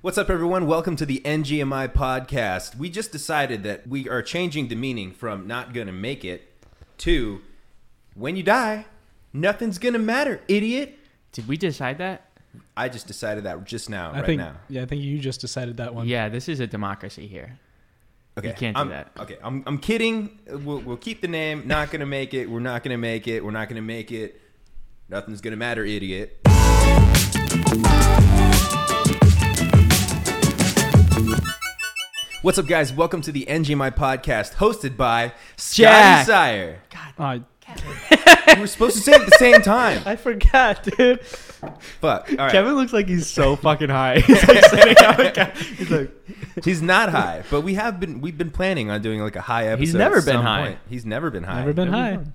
What's up, everyone? Welcome to the NGMI podcast. We just decided that we are changing the meaning from not gonna make it to when you die, nothing's gonna matter, idiot. Did we decide that? I just decided that just now, I right think, now. Yeah, I think you just decided that one. Yeah, this is a democracy here. Okay, can't do I'm- that. Okay, I'm, I'm kidding. We'll, we'll keep the name. Not gonna make it. We're not gonna make it. We're not gonna make it. Nothing's gonna matter, idiot. What's up, guys? Welcome to the NGMI podcast, hosted by Scotty Jack. Sire. Uh, We were supposed to say it at the same time. I forgot, dude. Fuck. All right. Kevin looks like he's so fucking high. He's like sitting on the couch. He's like, He's not high, but we have been. We've been planning on doing like a high episode. He's never at been some high. point. He's never been high. never been Never high. mind.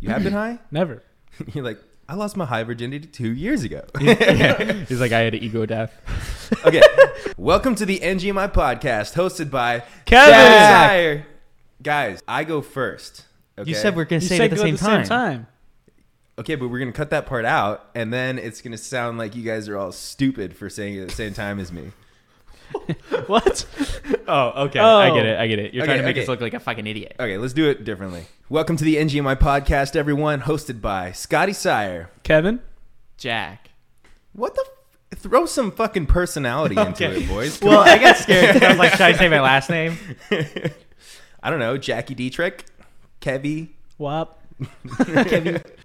You have been high. Never. You're like, I lost my high virginity two years ago. he's like, I had an ego death. okay. Welcome to the NGMI podcast, hosted by Kevin! Jack Sire. Guys, I go first. Okay? You said we're gonna You say it said at the, go same, time. okay, but we're gonna cut that part out, and then it's gonna sound like you guys are all stupid for saying it at the same time as me. what? Oh, okay. Oh. I get it. I get it. You're Okay, trying to make okay. us look like a fucking idiot. Okay, let's do it differently. Welcome to the NGMI podcast, everyone, hosted by Scotty Sire. Kevin? Jack. What the? F- throw some fucking personality into Okay. it, boys. Come Well, on. I got scared. 'cause I was like, should I say my last name? I don't know, Jackie Dietrich, Kevy, Wop.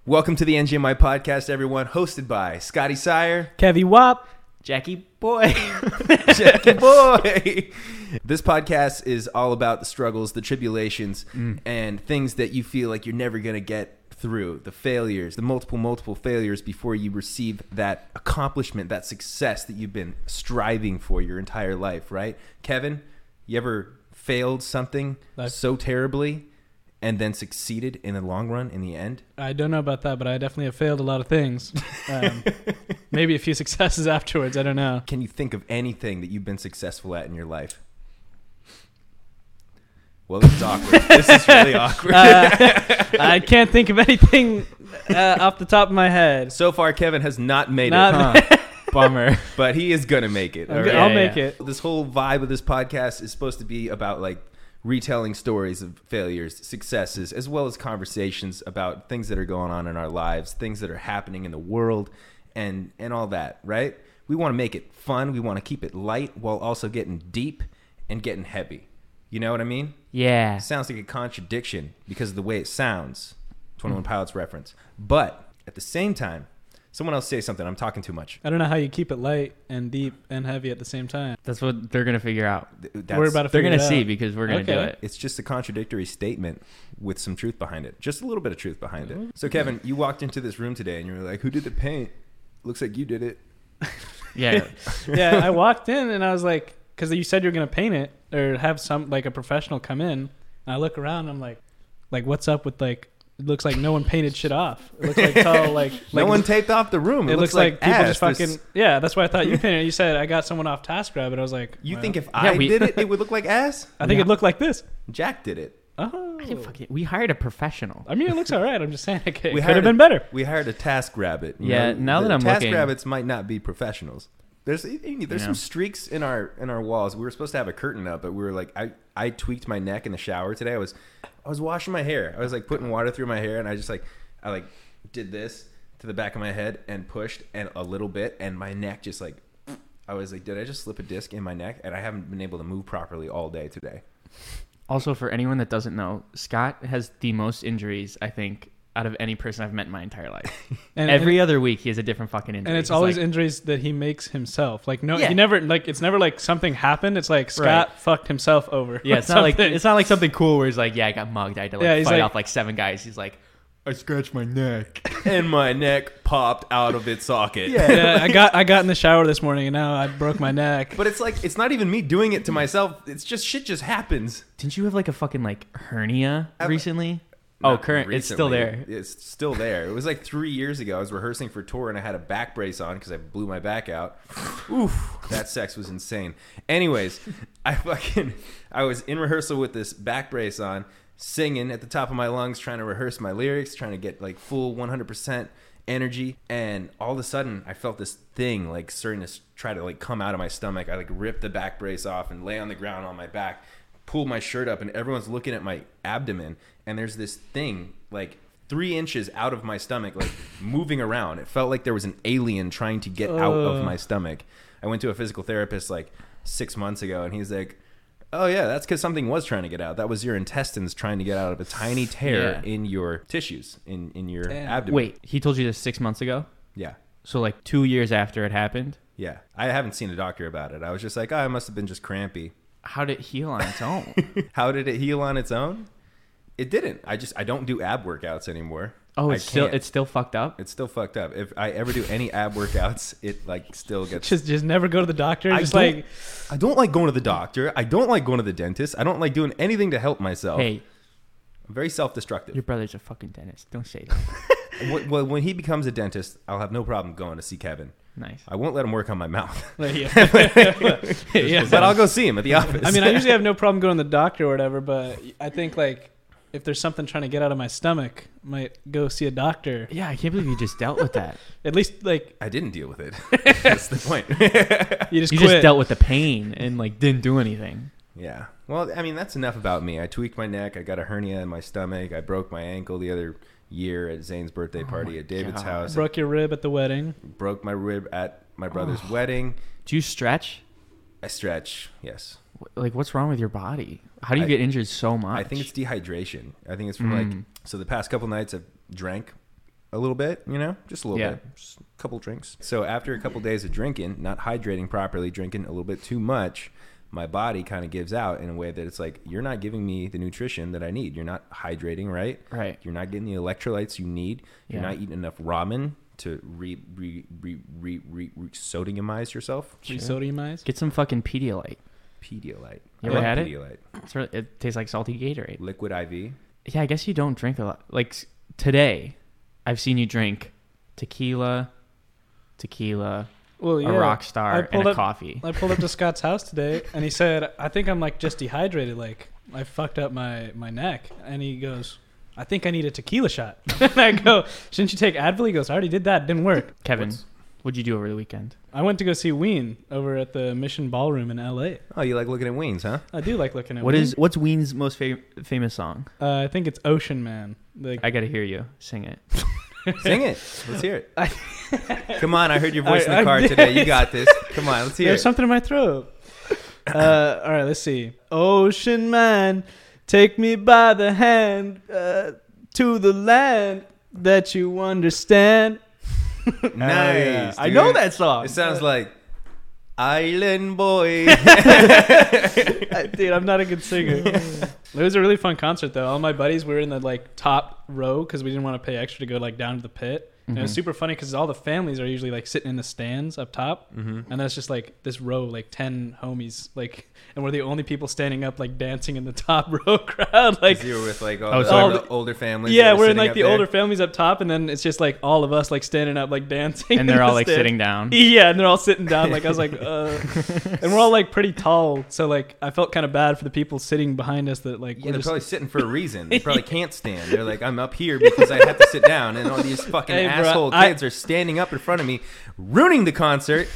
Welcome to the NGMI podcast, everyone, hosted by Scotty Sire, Kevy Wop. Jackie boy. Jackie Boy. This podcast is all about the struggles, the tribulations, and things that you feel like you're never going to get through, the failures, the multiple, multiple failures before you receive that accomplishment, that success that you've been striving for your entire life, right? Kevin, you ever failed something I've- so terribly and then succeeded in the long run, in the end? I don't know about that, but I definitely have failed a lot of things. Um, maybe a few successes afterwards. I don't know. Can you think of anything that you've been successful at in your life? Well, this is awkward. this is really awkward. Uh, I can't think of anything uh, off the top of my head. so far, Kevin has not made it, Not- Bummer. but he is gonna make it. all I'm right? go- I'll make it. This whole vibe of this podcast is supposed to be about like retelling stories of failures, successes, as well as conversations about things that are going on in our lives, things that are happening in the world, and and all that. Right? We want to make it fun. We want to keep it light while also getting deep and getting heavy. You know what I mean? Yeah. sounds like a contradiction because of the way it sounds. 21 Pilots reference. But at the same time, someone else say something. I'm talking too much. I don't know how you keep it light and deep and heavy at the same time. That's what they're gonna figure out. Th- That's, We're about to They're figure gonna it see out. because we're gonna do Okay. it. it's just a contradictory statement with some truth behind it. Just a little bit of truth behind it. Mm-hmm. So, Kevin, you walked into this room today and you were like, Who did the paint? Looks like you did it. Yeah. yeah, I walked in and I was like, because you said you're gonna paint it or have some like a professional come in, and I look around, and I'm like, like what's up with like? It looks like no one painted shit off. It looks like it's all like no like, one taped off the room. It, It, looks, like, people ass. just There's- fucking yeah. That's why I thought you painted. it. You said I got someone off TaskRabbit. I was like, You well, think if Yeah, I we- did it, it would look like ass? I think it looked like this? Jack did it. Oh, I didn't fucking- we hired a professional. I mean, it looks all right. I'm just saying, it could We have hired been a- better. We hired a task rabbit. you Yeah, now the that I'm task looking- rabbits might not be professionals. There's there's Yeah. some streaks in our in our walls. We were supposed to have a curtain up, but we were like, I I tweaked my neck in the shower today. I was I was washing my hair. I was like putting water through my hair, and I just like I like did this to the back of my head and pushed and a little bit, and my neck just like I was like, did I just slip a disc in my neck? And I haven't been able to move properly all day today. Also, for anyone that doesn't know, Scott has the most injuries, I think, out of any person I've met in my entire life. And Every and, other week, he has a different fucking injury. and it's He's always like, injuries that he makes himself. Like no, Yeah. he never like it's never like something happened. It's like Scott Right. fucked himself over. yeah, or it's not like something. it's not like something cool where he's like, yeah, I got mugged. I had to like Yeah, he's fight like- off like seven guys. He's like, I scratched my neck. and my neck popped out of its socket. yeah, I got I got in the shower this morning and now I broke my neck. But it's like it's not even me doing it to myself. It's just shit just happens. didn't you have like a fucking like hernia I've- recently? oh, Not current. It's still there. recently. It's still there. It was like three years ago. I was rehearsing for tour and I had a back brace on because I blew my back out. Oof, that sex was insane. Anyways, I fucking I was in rehearsal with this back brace on, singing at the top of my lungs, trying to rehearse my lyrics, trying to get like full 100. percent energy, and all of a sudden I felt this thing like starting to s- try to like come out of my stomach. I like ripped the back brace off and lay on the ground on my back, pulled my shirt up, and everyone's looking at my abdomen, and there's this thing like three inches out of my stomach, like moving around. It felt like there was an alien trying to get out of Ugh. my stomach. I went to a physical therapist like six months ago, and he's like, "Oh yeah, that's because something was trying to get out. That was your intestines trying to get out of a tiny tear Yeah. in your tissues, in in your Damn. abdomen." Wait, he told you this six months ago? yeah, So like two years after it happened? yeah. I haven't seen a doctor about it. I was just like, "Oh, I must have been just crampy." How did it heal on its own? How did it heal on its own? It didn't. I just I don't do ab workouts anymore. Oh, I it's still can't. it's still fucked up. it's still fucked up. If I ever do any ab workouts, it like still gets Just just never go to the doctor. I just don't- like I don't like going to the doctor. I don't like going to the dentist. I don't like doing anything to help Oh. myself. Hey, I'm very self-destructive. your brother's a fucking dentist. Don't say that. Wh- Well, when he becomes a dentist, I'll have no problem going to see Kevin. Nice. I won't let him work on my mouth, yeah. yeah. but I'll go see him at the office. I mean, I usually have no problem going to the doctor or whatever, but I think like if there's something trying to get out of my stomach, I might go see a doctor. Yeah, I can't believe you just dealt with that. At least like I didn't deal with it. That's the point. you just you quit. just dealt with the pain and like didn't do anything. yeah. Well, I mean, that's enough about me. I tweaked my neck. I got a hernia in my stomach. I broke my ankle the other year at Zane's birthday Oh party at David's God. house. I Broke your rib at the wedding. broke my rib at my brother's wedding. Do you stretch? I stretch. Yes. Wh- Like, what's wrong with your body? How do you I- get injured so much? I think it's dehydration. I think it's from like Mm. so the past couple nights I've drank a little bit, you know, just a little Yeah. bit, just a couple drinks. So after a couple days of drinking, not hydrating properly, drinking a little bit too much, my body kind of gives out in a way that it's like you're not giving me the nutrition that I need. You're not hydrating right. right. You're not getting the electrolytes you need. You're Yeah. not eating enough ramen to re re re re re, re sodiumize yourself. Sure. Sodiumized. Get some fucking Pedialyte. Pedialyte. You I ever love had it? Pedialyte. It's really, it tastes like salty Gatorade. Liquid IV. Yeah, I guess you don't drink a lot. Like s- today, I've seen you drink tequila, tequila, Well, yeah. a rock I star, pulled and a up- coffee. I pulled up to Scott's house today, and he said, "I think I'm like just dehydrated. Like I fucked up my my neck." And he goes, "I think I need a tequila shot." and I go, "Shouldn't you take Advil?" He goes, "I already did that. Didn't work." Kevin, What's- what'd you do over the weekend? I went to go see Ween over at the Mission Ballroom in L.A. Oh, you like looking at wings, huh? I do like looking at What Ween. is what's Ween's most fam- famous song? Uh, I think it's Ocean Man. Like I gotta hear you sing it. Sing it. Let's hear it. Come on, I heard your voice in I- I the car did. today. You got this. Come on, let's hear There's it. something in my throat. Uh, all right, let's see. Ocean man, take me by the hand uh, to the land that you understand. nice. Oh, yeah. I know dude. that song. It sounds like Island Boy. dude. I'm not a good singer. it was a really fun concert though. All my buddies we were in the like top row because we didn't want to pay extra to go like down to the pit. And it was Mhm. super funny because all the families are usually like sitting in the stands up top, mm-hmm. and that's just like this row, like ten homies, like, and we're the only people standing up, like dancing in the top row crowd, like. you were with like all, Oh, the, so- all the older families. Yeah, that we're in sitting like up the there. older families up top, and then it's just like all of us like standing up, like dancing, And they're in all the like stands. sitting down. Yeah, and they're all sitting down. Like I was like, uh, and we're all like pretty tall, so like I felt kind of bad for the people sitting behind us that like Yeah, were they're just, probably sitting for a reason. They probably can't stand. They're like, I'm up here because I have to sit down, and all these fucking Hey, bro, asshole I- kids are standing up in front of me, ruining the concert.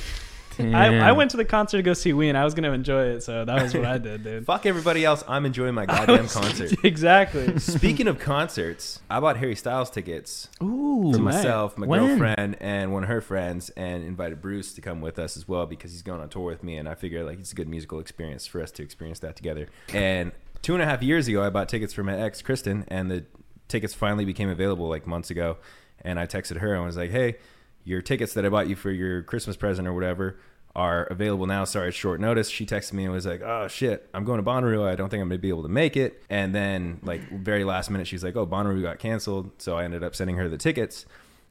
Damn. I, I went to the concert to go see Ween. I was gonna enjoy it, so that was what I did, dude. Fuck everybody else. I'm enjoying my goddamn concert. exactly. Speaking of concerts, I bought Harry Styles tickets Ooh, to myself, my When? girlfriend, and one of her friends, and invited Bruce to come with us as well because he's going on tour with me, and I figured like it's a good musical experience for us to experience that together. And two and a half years ago, I bought tickets for my ex Kristen, and the tickets finally became available like months ago, and I texted her and was like, "Hey, your tickets that I bought you for your Christmas present or whatever." Are available now. Sorry, it's short notice. She texted me and was like, "Oh shit, I'm going to Bonnaroo. I don't think I'm gonna be able to make it." And then, like very last minute, she's like, "Oh, Bonnaroo got canceled," so I ended up sending her the tickets.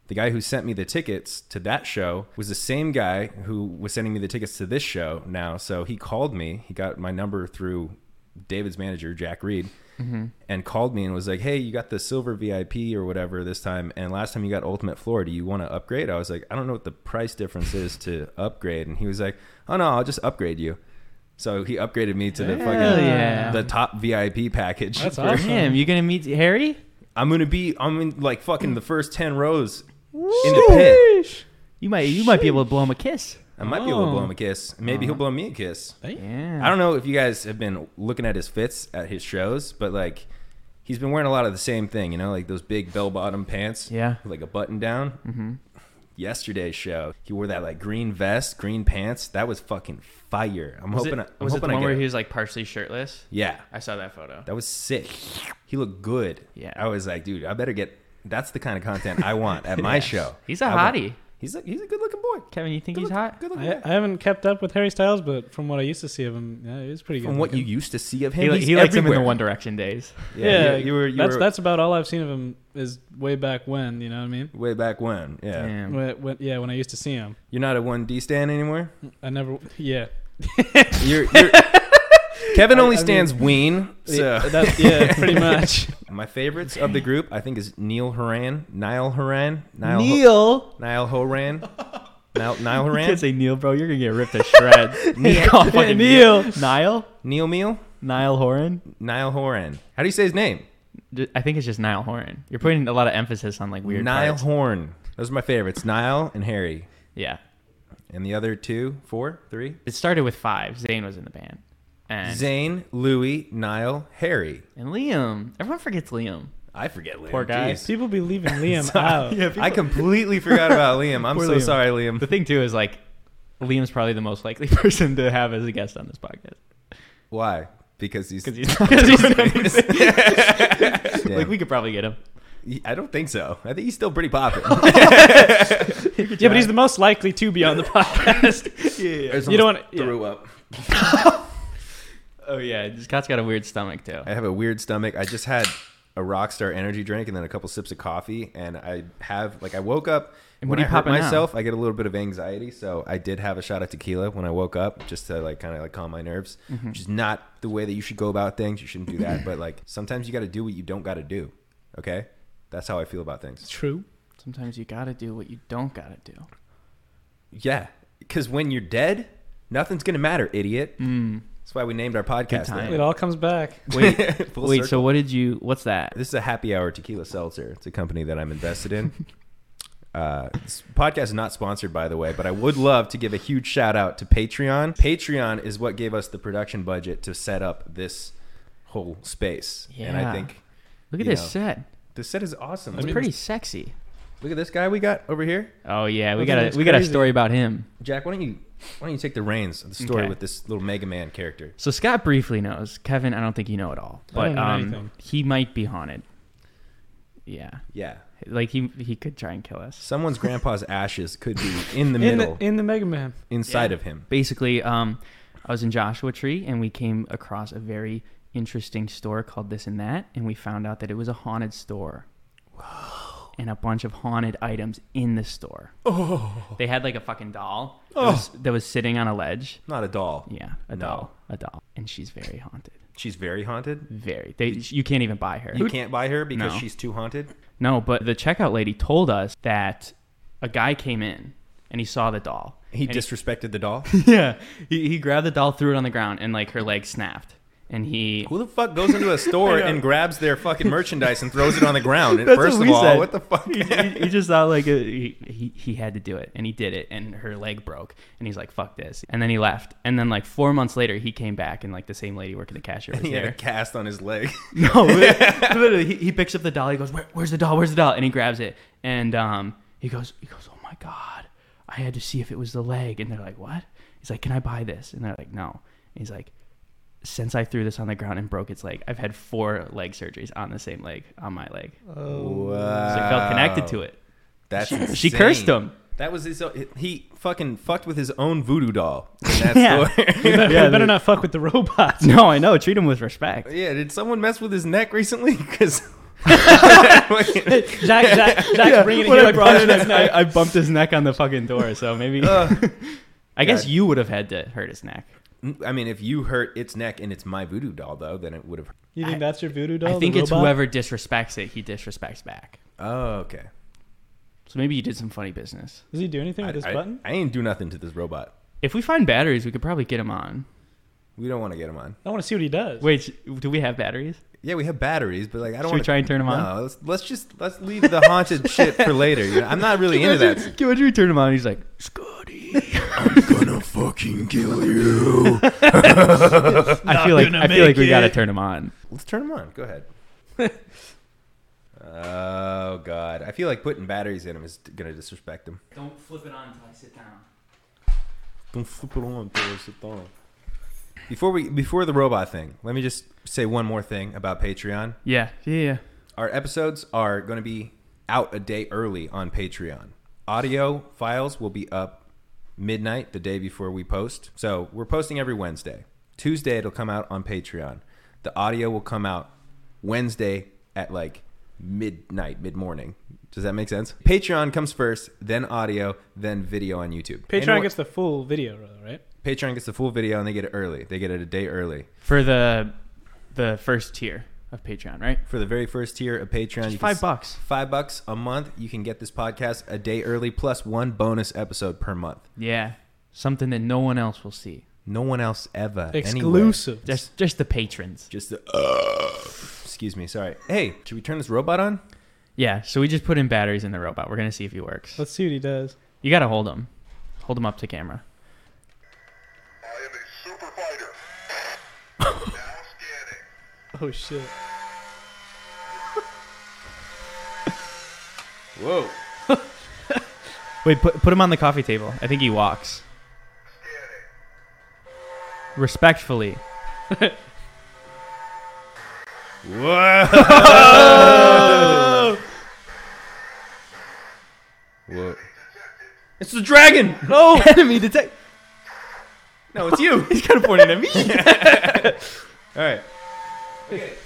The guy who sent me the tickets to that show was the same guy who was sending me the tickets to this show now. So he called me. He got my number through David's manager, Jack Reed, Mm-hmm. and called me and was like, Hey, you got the silver VIP or whatever this time. And last time you got Ultimate Floor. Do you want to upgrade? I was like, I don't know what the price difference is to upgrade. And he was like, Oh, no, I'll just upgrade you. So he upgraded me to the Hell fucking yeah. the top VIP package. That's for awesome. Damn, you gonna meet Harry? I'm gonna be I'm in like fucking the first ten rows in the pit. You might you might be able to blow him a kiss. I might be able to blow Oh. him a kiss. Maybe he'll blow me a kiss. Yeah. I don't know if you guys have been looking at his fits at his shows, but like he's been wearing a lot of the same thing, you know, like those big bell bottom pants. Yeah. with, like a button down. Mm-hmm. Yesterday's show, he wore that like green vest, green pants. That was fucking fire. I'm Was hoping. it, I, am was it the hoping I one get where it. he was like partially shirtless? Yeah, I saw that photo. that was sick. He looked good. Yeah. I was like, dude, I better get. That's the kind of content I want at my show. He's a I want- hottie. He's a he's a good looking boy. Kevin, you think Good he's look- hot? Good looking. I, guy. I haven't kept up with Harry Styles, but from what I used to see of him, yeah, he was pretty good. From what you looking. used to see of him, He, li- he's he likes him in the everywhere. One Direction days. Yeah, Yeah, you, you were. You that's were that's about all I've seen of him is way back when. You know what I mean? way back when. Yeah. Damn. When, when, yeah, when I used to see him, You're not a one D stand anymore. I never. Yeah, You're. you're Kevin I- only I mean- stands Ween. So. yeah, that's, yeah, pretty much. My favorites of the group, I think, is Neil Horan, Niall Horan, Niall, Neil. Niall Horan, Niall, Niall You can't Horan, say Neil, bro. You're gonna get ripped to shreds. Neil- Call fucking Neil. Niall. Neil Meal, Niall Horan. Niall Horan. How do you say his name? D- I think it's just Niall Horan. You're putting a lot of emphasis on like weird. Niall parts. Horn. Those are my favorites, Niall and Harry. Yeah. And the other two, four, three, It started with five. Zayn was in the band. And Zane, Louis, Niall, Harry. and Liam. Everyone forgets Liam. I forget Liam. Poor guy. Jeez. People be leaving Liam Oh. out. I completely forgot about Liam. I'm Poor so Liam. sorry, Liam. The thing too is like, Liam's probably the most likely person to have as a guest on this podcast Why? Because he's, because he's, 'cause he's Yeah. like we could probably get him. I don't think so. I think he's still pretty popular. Yeah, but he's the most likely to be on the podcast. Yeah, You don't want. Yeah. threw up. Oh yeah, Scott's got a weird stomach too. I have a weird stomach. I just had a Rockstar energy drink and then a couple sips of coffee, and I have like I woke up. And when what are you I hurt popping now? myself, I get a little bit of anxiety, so I did have a shot of tequila when I woke up just to like kind of like calm my nerves, Mm-hmm. which is not the way that you should go about things. You shouldn't do that, but like sometimes you got to do what you don't got to do. Okay, that's how I feel about things. True. Sometimes you gotta do what you don't gotta do. Yeah, because when you're dead, nothing's gonna matter, idiot. Mm. That's why we named our podcast. time. It all comes back. Wait, that. Full wait. circle. So what did you? What's that? This is a happy hour tequila seltzer. It's a company that I'm invested in. Uh, this podcast is not sponsored, by the way, but I would love to give a huge shout out to Patreon. Patreon is what gave us the production budget to set up this whole space, and I Yeah. think Look at you this know. set. the set is awesome. It's Look at- pretty sexy. Look at this guy we got over here, Oh yeah, we Look at got this a we got a crazy. story about him. Jack. Why don't you why don't you take the reins of the story Okay. with this little Mega Man character? So Scott briefly knows. Kevin, I don't think you know it all, I but don't know um, anything. he might be haunted. Yeah, Yeah, like he he could try and kill us. someone's grandpa's ashes could be in the In middle, the in the Mega Man. inside Yeah. of him. Basically, um, I was in Joshua Tree and we came across a very interesting store called This and That, and we found out that it was a haunted store. And a bunch of haunted items in the store. Oh. They had like a fucking doll that, Oh. was, that was sitting on a ledge. Not a doll. Yeah, a No. doll, a doll, and she's very haunted. She's very haunted. Very. They, you can't even buy her. You can't buy her because No. she's too haunted. No, but the checkout lady told us that a guy came in and he saw the doll. He And disrespected the doll. yeah, he, he grabbed the doll, threw it on the ground, and like her leg snapped. And he Who the fuck goes into a store and grabs their fucking merchandise and throws it on the ground? And First of all, what the fuck? he, he- he just thought like uh, he, he he had to do it, and he did it, and her leg broke, and he's like fuck this, and then he left, and then like four months later he came back, and like the same lady working the cashier was He had a there. cast on his leg. No, literally, literally, he, he picks up the doll. He goes, Where, "Where's the doll? Where's the doll?" And he grabs it, and um, he goes, "He goes, oh my god, I had to see if it was the leg." And they're like, "What?" He's like, "Can I buy this?" And they're like, "No." And he's like, "Since I threw this on the ground and broke its leg, I've had four leg surgeries on the same leg, on my leg. wow. Oh. So I felt connected to it." That's She insane. cursed him. That was his. Own, he fucking fucked with his own voodoo doll. In that Yeah. store. You better, Yeah, you better they- not fuck with the robots. No, I know. Treat him with respect. yeah. Did someone mess with his neck recently? Because Jack, Jack, Jack's bringing it when here I like brought it Roger. up, I, I bumped his neck on the fucking door, so maybe. I guess God. you would have had to hurt his neck. Mm, I mean, if you hurt its neck and it's my voodoo doll though, then it would have. You think I- that's your voodoo doll? I the think it's robot? whoever disrespects it, he disrespects back. Oh, okay. So maybe you did some funny business. Does he do anything I, with this I- button? I ain't do nothing to this robot. If we find batteries, we could probably get him on. We don't want to get him on. I want to see what he does. Wait, do we have batteries? Yeah, we have batteries, but like I don't Should we want try and turn 'em on? No, let's, let's just let's leave the haunted shit for later. you know? I'm not really into that. Can you imagine we turn him on and he's like, Scotty. I'm gonna fucking kill you. I feel like gonna I feel like make we gotta it. turn him on. Let's turn them on. Go ahead. oh god, I feel like putting batteries in them is gonna disrespect them. Don't flip it on until I sit down. Don't flip it on, Before we before the robot thing, let me just say one more thing about Patreon. Yeah, yeah, yeah. Our episodes are going to be out a day early on Patreon. Audio files will be up midnight the day before we post. So we're posting every Wednesday. Tuesday, it'll come out on Patreon. The audio will come out Wednesday at like midnight, mid morning. Does that make sense? Patreon comes first, then audio, then video on YouTube. Patreon Anyone- gets the full video, though, right? Patreon gets the full video and they get it early. They get it a day early. For the the first tier of Patreon, right? For the very first tier of Patreon, Just you can five s- bucks. Five bucks a month, you can get this podcast a day early plus one bonus episode per month. Yeah. Something that no one else will see. No one else ever. anywhere. Exclusive. Just just the patrons. Just the. uh, excuse me. Sorry. Hey, should we turn this robot on? Yeah, so we just put in batteries in the robot. We're gonna see if he works. Let's see what he does. You gotta hold him. Hold him up to camera. I am a super fighter. now scanning. Oh shit. Whoa. Wait, put put him on the coffee table. I think he walks. Respectfully. Whoa. Whoa. It's the dragon. No enemy detect No, it's you. He's kinda pointing at me. All right. Get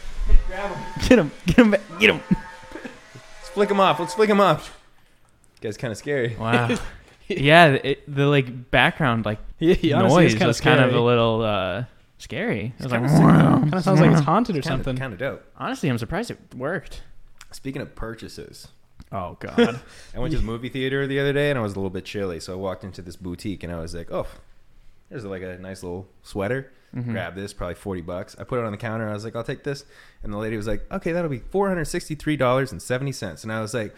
him. Get him back. Get him. Let's flick him off. Let's flick him off. Guy's kind of scary. Wow. yeah, it, the like background like Yeah, he honestly noise is kind of was kind of a little uh, scary. I was like, Kind of sounds like it's haunted or something. Kind of dope. honestly, I'm surprised it worked. Speaking of purchases, Oh god. I went to the movie theater the other day and I was a little bit chilly, so I walked into this boutique and I was like, "Oh, there's like a nice little sweater. Grab this, probably forty bucks." I put it on the counter. I was like, "I'll take this," and the lady was like, "Okay, that'll be four hundred sixty-three dollars and seventy cents." And I was like,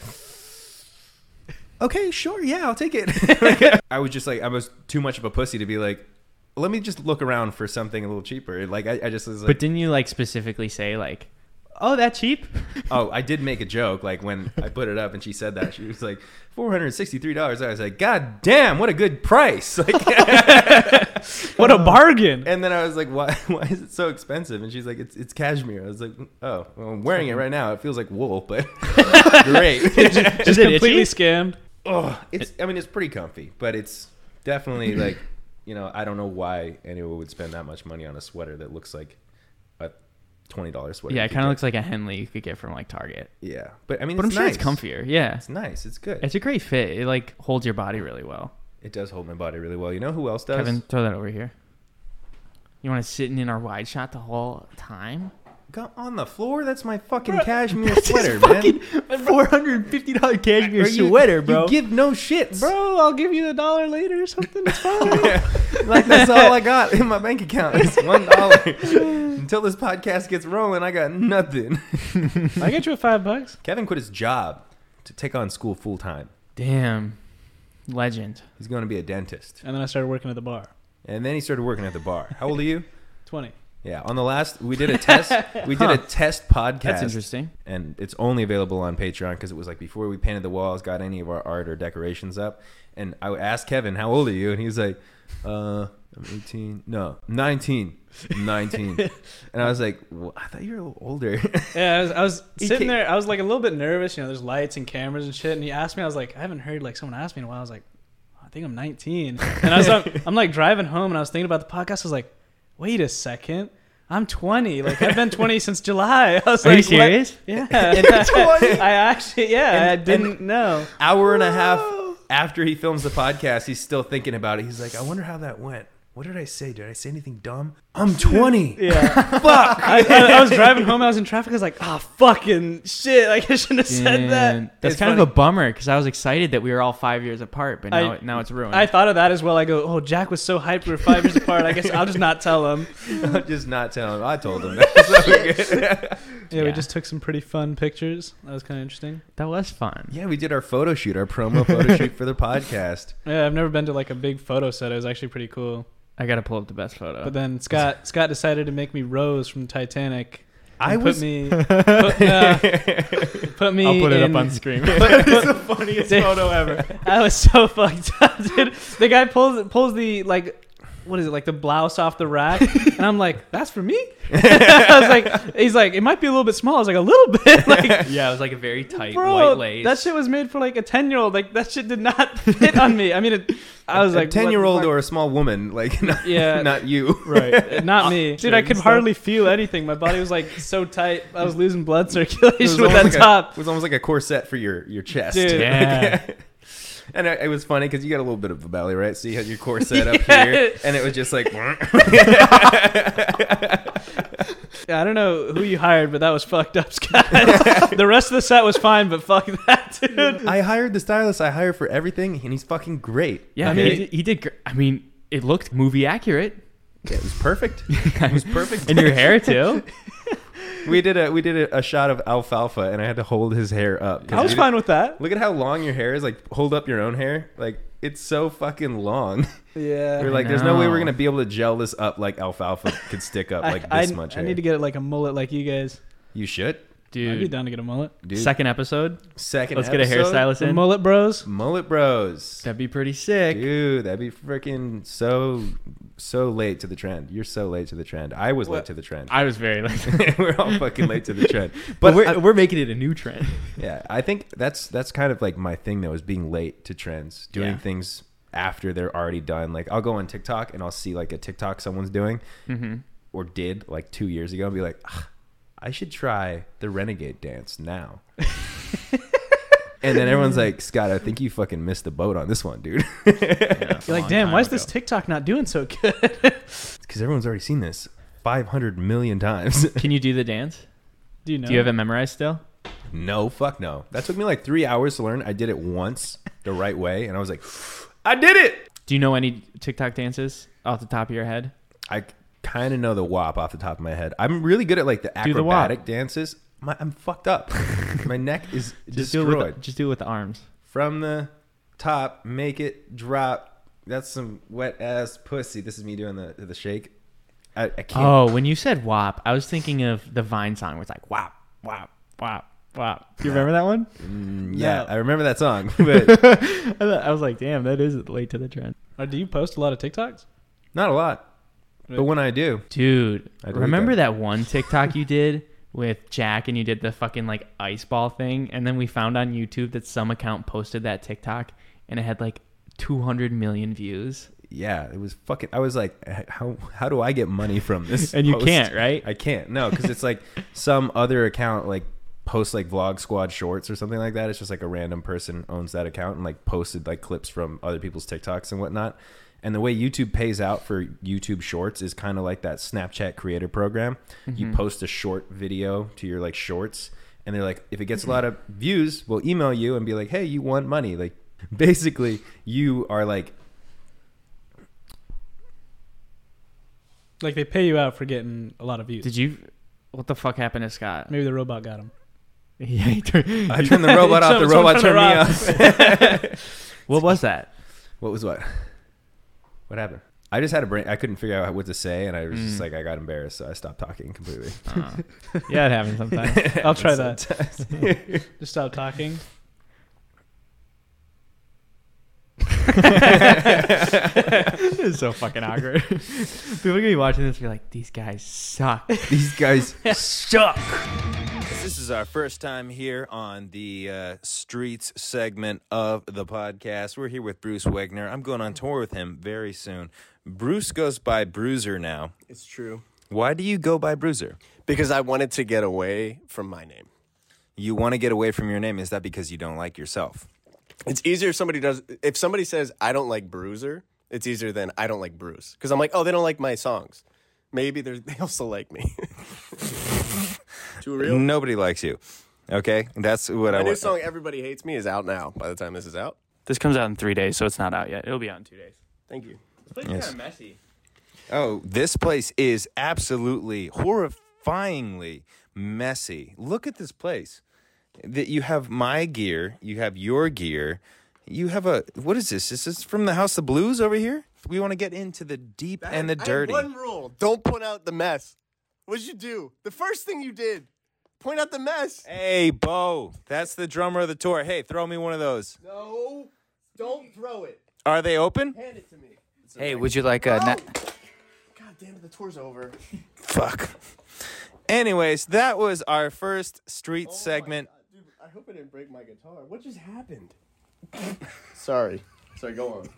"Okay, sure, yeah, I'll take it." I was just like, I was too much of a pussy to be like, "Let me just look around for something a little cheaper." Like I, I just was but like, didn't you like specifically say like, "Oh, that cheap?" "Oh, I did make a joke." Like when I put it up and she said that, she was like, 463 dollars." I was like, "God damn, what a good price!" Like. What a bargain! And then I was like, why, why is it so expensive? And she's like, it's, it's cashmere. I was like, oh, well, I'm wearing it right now. It feels like wool, but great. Is Just it completely itchy? scammed. oh, it's, I mean, it's pretty comfy, but it's definitely like, you know, I don't know why anyone would spend that much money on a sweater that looks like a $20 sweater. Yeah, it you kind of could- looks like a Henley you could get from like Target. Yeah. But I mean, But I'm it's sure it's nice. comfier. Yeah. It's nice. It's good. It's a great fit. It like holds your body really well. it does hold my body really well. You know who else does? Kevin, throw that over here. You want to sit in our wide shot the whole time? Go on the floor. That's my fucking cashmere sweater, man. four hundred and fifty dollar cashmere Are you- You give no shits, Bro, I'll give you a dollar later or something. It's fine. like that's all I got in my bank account is one dollar. Until this podcast gets rolling, I got nothing. I get you a five bucks. Kevin quit his job to take on school full time. Damn, legend. He's going to be a dentist, And then I started working at the bar. and then he started working at the bar. How old are you? Twenty. Yeah, on the last we did a test. We did a test podcast. That's interesting. and it's only available on Patreon because it was like before we painted the walls, got any of our art or decorations up. And I asked Kevin, "How old are you?" And he was like, "Uh, I'm 18. No, 19. 19." and I was like, well, "I thought you were a little older." Yeah, I was, I was He sitting ca- there. I was like a little bit nervous. You know, there's lights and cameras and shit. And he asked me, I was like, I haven't heard like someone ask me in a while. I was like, I think I'm 19. And I was, I'm, I'm like driving home, and I was thinking about the podcast. I was like, wait a second, I'm 20. Like I've been 20 since July. I was Are like, you what? serious? Yeah, And- 20? I actually, yeah, I And- didn't know. Hour and a half after he films the podcast, he's still thinking about it. He's like, "I wonder how that went." what did I say? Did I say anything dumb? I'm 20. Yeah. Fuck. I, I, I was driving home. I was in traffic. I was like, ah, fucking shit. Like, I shouldn't have said Damn. that. That's It's kind of funny. a bummer because I was excited that we were all five years apart, but now I- now it's ruined. I thought of that as well. I go, oh, Jack was so hyped. We were five years apart. I guess I'll just not tell him. I'm just not telling him. I told him. That's not good. Yeah, Yeah. we just took some pretty fun pictures. That was kind of interesting. that was fun. yeah, we did our photo shoot, our promo photo shoot for the podcast. Yeah, I've never been to like a big photo set. It was actually pretty cool. I gotta pull up the best photo. But then Scott Scott decided to make me Rose from Titanic. and I put was- me put, uh, put me. I'll put it in- up on screen. put- the funniest Dude. photo ever. I was so fucked up, dude. The guy pulls pulls the like, what is it like the blouse off the rack, and I'm like, that's for me. I was like, he's like, it might be a little bit small. I was like, a little bit, like, yeah, it was like a very tight bro, white lace. that shit was made for like a ten year old. Like that shit did not fit on me. I mean, it, I was like, what the ten year old fuck? or a small woman, like not, Yeah. not you. Right, not me, dude. I and could stuff. hardly feel anything. My body was like so tight. I was losing blood circulation with almost that like a- top. It was almost like a corset for your your chest. Dude. Yeah. And it, it was funny because you got a little bit of a belly, right? So you had your corset up Yeah. here, and it was just like, Yeah, I don't know who you hired, but that was fucked up, Scott. the rest of the set was fine, but fuck that, dude. I hired the stylist I hire for everything, and he's fucking great. yeah, I mean, Okay? he, he did. gr- I mean, it looked movie accurate, Yeah, it was perfect. It was perfect. and your hair too. we did a we did a, a shot of alfalfa, and I had to hold his hair up. 'cause I was we did- fine with that. Look at how long your hair is. Like, hold up your own hair. Like, it's so fucking long. Yeah. We're like, there's no way we're know. gonna be able to gel this up like alfalfa could stick up like I, this I, much I hair. need to get like a mullet like you guys. you should, I'd be Dude, down to get a mullet. dude. second episode. Second, Let's get a episode, hairstylist The in. mullet bros. Mullet Bros. That'd be pretty sick. Dude, that'd be freaking so so late to the trend. You're so late to the trend. I was late What? to the trend. I was very late. we're all fucking late to the trend. But But we're, I- we're making it a new trend. yeah, I think that's that's kind of like my thing though is being late to trends, doing Yeah. things after they're already done. Like I'll go on TikTok and I'll see like a TikTok someone's doing or did like two years ago and be like, "Ah, I should try the renegade dance now. and then everyone's like, Scott, I think you fucking missed the boat on this one, dude. You're like, damn, why is this TikTok not doing so good? Because everyone's already seen this 500 million times. Can you do the dance? Do you know? Do you have it memorized still? no, fuck no. That took me like three hours to learn. I did it once the right way and I was like, I did it. Do you know any TikTok dances off the top of your head? I kind of know the WAP off the top of my head. I'm really good at like the Do the WAP. acrobatic dances. My, I'm fucked up. my neck is Just do it destroyed. with just do it with the arms. From the top, make it drop. That's some wet ass pussy. This is me doing the the shake. I, I can't. Oh, when you said WAP, I was thinking of the Vine song where it's like WAP, WAP, WAP, WAP. Do you remember that one? yeah, no. I remember that song. But I, thought, I was like, damn, that is late to the trend. Or do you post a lot of TikToks? not a lot. But when I do, Dude, I delete remember that one TikTok you did with Jack and you did the fucking like ice ball thing? And then we found on YouTube that some account posted that TikTok and it had like 200 million views. yeah, it was fucking. I was like, how how do I get money from this? And you post? can't, right? I can't. No, because it's like some other account like posts like Vlog Squad shorts or something like that. It's just like a random person owns that account and like posted like clips from other people's TikToks and whatnot. And the way YouTube pays out for YouTube Shorts is kind of like that Snapchat creator program. You Mm-hmm. post a short video to your like shorts, and they're like, if it gets Mm-hmm. a lot of views, we'll email you and be like, hey, you want money? Like, basically, you are like Like they pay you out for getting a lot of views. Did you? What the fuck happened to Scott? Maybe the robot got him. Yeah, he turned- I turned the robot off. The Someone robot turned turned me it off. what was that? What was what? What happened? Mm. I just had a brain. I couldn't figure out what to say, and I was just like, I got embarrassed, so I stopped talking completely. Uh, yeah, it happens sometimes. I'll try that. Just stop talking. it's so fucking awkward. People are gonna be watching this and be like, "These guys suck." These guys. suck. this is our first time here on the uh, streets segment of the podcast. We're here with Bruce Wegner. I'm going on tour with him very soon. Bruce goes by Bruiser now. It's true. Why do you go by Bruiser? Because I wanted to get away from my name. You want to get away from your name. Is that because you don't like yourself? It's easier if somebody does if somebody says I don't like Bruiser, It's easier than I don't like Bruce because I'm like, oh, they don't like my songs. Maybe they're, they also like me. Too real. Nobody likes you. Okay, that's what I My new want. song, Everybody Hates Me, is out now. By the time this is out, This comes out in three days, so it's not out yet. It'll be out in two days. thank you. It's Yes. kind of messy. Oh, this place is absolutely horrifyingly messy. Look at this place. That you have my gear, you have your gear, you have a what is this? Is this from the House of Blues over here? We want to get into the deep and the I have dirty. one rule: don't point out the mess. What'd you do? The first thing you did, point out the mess. Hey, Bo, that's the drummer of the tour. Hey, throw me one of those. No, don't throw it. Are they open? Oh. Hand it to me. Hey, would you like a? Na- God damn it, the tour's over. Fuck. Anyways, that was our first street segment. Dude, I hope I didn't break my guitar. What just happened? Sorry. Sorry, go on.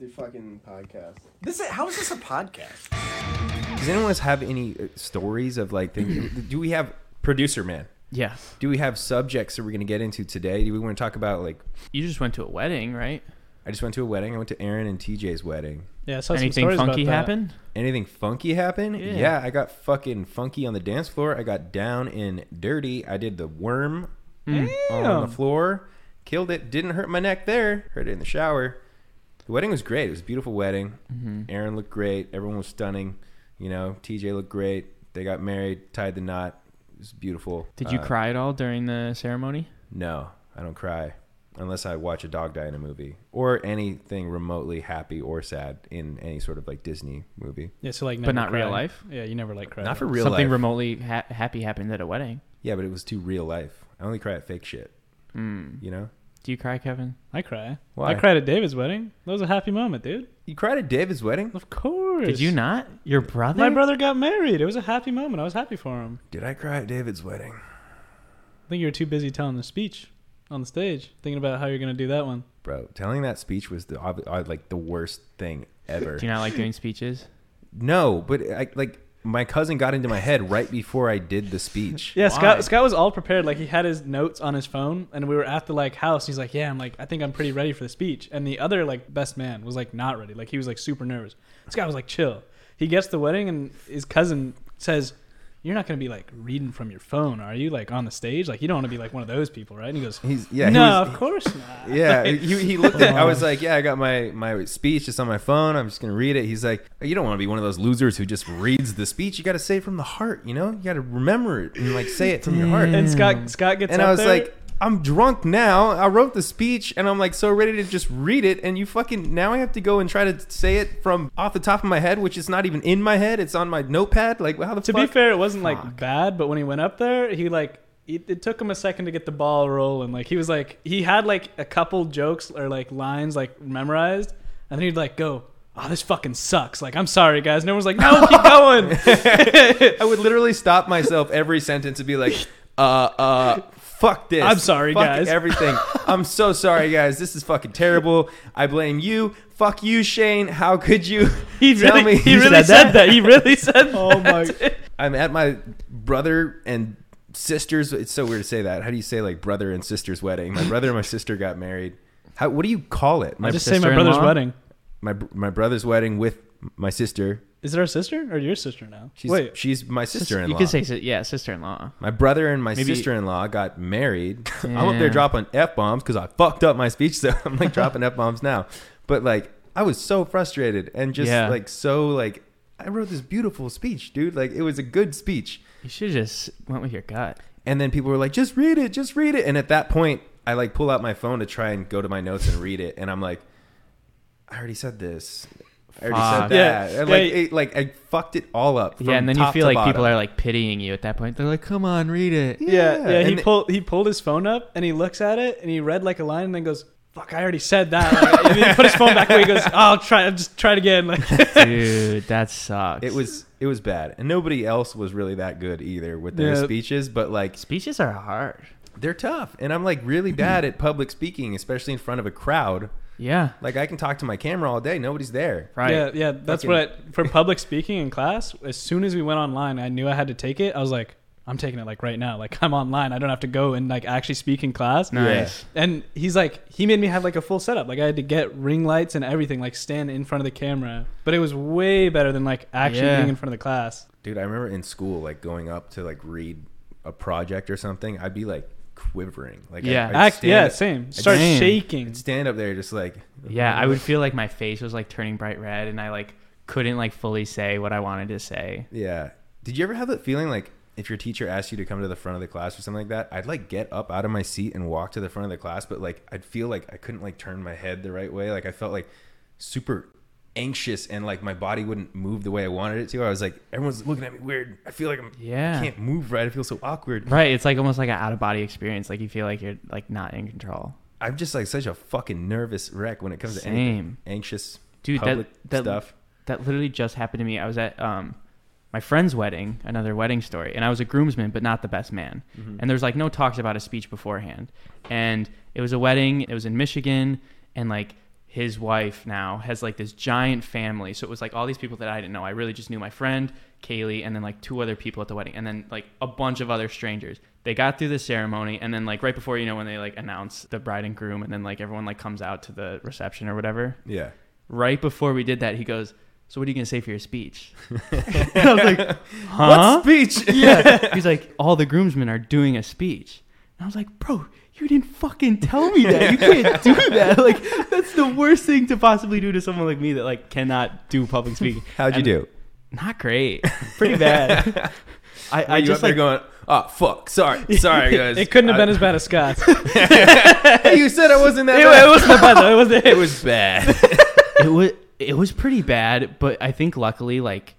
The fucking podcast. This is, how is this a podcast? Does anyone else have any uh, stories of like things? do we have producer man? Yeah. Do we have subjects that we're gonna get into today? Do we want to talk about like? You just went to a wedding, right? I just went to a wedding. I went to Aaron and TJ's wedding. Yeah, I saw some Anything stories about funky that. happen? Anything funky happen? Yeah. Yeah. I got fucking funky on the dance floor. I got down and dirty. I did the worm Mm. on the Damn. floor. Killed it. Didn't hurt my neck there. Hurt it in the shower. The wedding was great. It was a beautiful wedding. Mm-hmm. Aaron looked great. Everyone was stunning. You know, TJ looked great. They got married, tied the knot. It was beautiful. Did you Uh, cry at all during the ceremony? No, I don't cry unless I watch a dog die in a movie or anything remotely happy or sad in any sort of like Disney movie. Yeah, so like, never not real cried. life? Yeah, you never like cried. Not for real Something life. remotely ha- happy happened at a wedding. Yeah, but it was too real life. I only cry at fake shit. Hmm. You know? Do you cry, Kevin? I cry. Why? I cried at David's wedding. That was a happy moment, dude. You cried at David's wedding? Of course. Did you not? Your brother? My brother got married. It was a happy moment. I was happy for him. Did I cry at David's wedding? I think you were too busy telling the speech on the stage, thinking about how you're gonna do that one. Bro, telling that speech was the ob- uh, like the worst thing ever. Do you not like doing speeches? no, but I like my cousin got into my head right before I did the speech. Yeah, Why? Scott. Scott was all prepared. Like he had his notes on his phone, and we were at the like house. He's like, "Yeah, I'm like, I think I'm pretty ready for the speech." And the other like best man was like not ready. Like he was like super nervous. Scott was like chill. He gets to the wedding, and his cousin says, "You're not gonna be like reading from your phone, are you? Like on the stage? Like you don't want to be like one of those people, right?" And he goes, He's yeah, he "No, was- of course not." Yeah, he, he looked at. I was like, yeah, I got my my speech just on my phone. I'm just gonna read it. He's like, you don't want to be one of those losers who just reads the speech. You got to say it from the heart. You know, you got to remember it and like say it from your heart. And Scott Scott gets and up I was there. like, I'm drunk now. I wrote the speech and I'm like so ready to just read it. And you fucking now I have to go and try to say it from off the top of my head, which is not even in my head. It's on my notepad. Like how the To fuck? be fair, it wasn't like bad, but when he went up there, he like it, it took him a second to get the ball rolling. Like he was like he had like a couple jokes or like lines like memorized, and then he'd like go. Oh, this fucking sucks. Like, I'm sorry, guys. And everyone's like, no, keep going. I would literally stop myself every sentence and be like, uh, uh, fuck this. I'm sorry, Fuck guys." Everything. I'm so sorry, guys. This is fucking terrible. I blame you. Fuck you, Shane. How could you? He Tell really, me he you really said said, that. He really said Oh, my. I'm at my brother and sister's. It's so weird to say that. How do you say like brother and sister's wedding? My brother and my sister got married. How, what do you call it? My, Just say my brother's sister-in-law? wedding. my my brother's wedding with my sister. Is it our sister or your sister now? She's Wait. she's my sister-in-law. You could say, si- yeah, sister-in-law. My brother and my Maybe- sister-in-law got married. I'm up Yeah. there dropping f-bombs because I fucked up my speech, so I'm like dropping f-bombs now. But like, I was so frustrated and just Yeah. like so like, I wrote this beautiful speech, dude. Like, it was a good speech. You should have just went with your gut. And then people were like, "Just read it, just read it." And at that point, I like pull out my phone to try and go to my notes and read it, and I'm like, "I already said this." I already Fuck. said that. Yeah. And like, Yeah. it, like I fucked it all up. yeah, from and then you top feel to like people bottom. are like pitying you at that point. They're like, come on, read it. Yeah, yeah. He And- pulled he pulled his phone up and he looks at it and he read like a line and then goes, "Fuck, I already said that." Like, and then he put his phone back away. He goes, oh, "I'll try. I'll just try it again." Like, Dude, that sucks. It was it was bad, and nobody else was really that good either with their Yeah. speeches. But like Speeches are hard. they're tough, and I'm like really bad at public speaking, especially in front of a crowd. Yeah. Like I can talk to my camera all day, nobody's there. Right. yeah, yeah. That's what I, for public speaking in class. As soon as we went online, I knew I had to take it. I was like, I'm taking it like right now. Like I'm online. I don't have to go and like actually speak in class. Nice. And he's like, he made me have like a full setup. Like I had to get ring lights and everything. Like stand in front of the camera. But it was way better than like actually Yeah. being in front of the class. Dude, I remember in school, like going up to like read a project or something, I'd be like quivering. Like, Yeah. I'd, I'd Act, stand yeah, up- same. Start Damn. shaking. I'd stand up there just like. Yeah, I would feel like my face was like turning bright red, and I like couldn't like fully say what I wanted to say. Yeah. Did you ever have that feeling like if your teacher asked you to come to the front of the class or something like that, I'd like get up out of my seat and walk to the front of the class, but like I'd feel like I couldn't like turn my head the right way. Like I felt like super anxious and like my body wouldn't move the way I wanted it to. I was like, everyone's looking at me weird. I feel like I'm Yeah. I can't move right. I feel so awkward. Right. It's like almost like an out of body experience. Like you feel like you're like not in control. I'm just like such a fucking nervous wreck when it comes to Same. anything. anxious Dude, that- public that- stuff. That literally just happened to me. I was at um my friend's wedding, another wedding story, and I was a groomsman, but not the best man. Mm-hmm. And there's like no talks about a speech beforehand. And it was a wedding. It was in Michigan, and like his wife now has like this giant family. So it was like all these people that I didn't know. I really just knew my friend, Kaylee, and then like two other people at the wedding, and then like a bunch of other strangers. They got through the ceremony, and then like right before you know when they like announce the bride and groom, and then like everyone like comes out to the reception or whatever Yeah. right before we did that, he goes, "So what are you gonna say for your speech?" and I was like, "Huh?" Speech. Yeah. He's like, "All the groomsmen are doing a speech," and I was like, "Bro, you didn't fucking tell me that. You can't do that. Like, that's the worst thing to possibly do to someone like me that like cannot do public speaking." How'd you And- do? Not great. Pretty bad. I, I Are you just up there like going, oh fuck, sorry, sorry guys. It couldn't have I- been as bad as Scott's. Hey, you said I wasn't that. it wasn't bad though. It was It was bad. it was it was pretty bad, but I think luckily like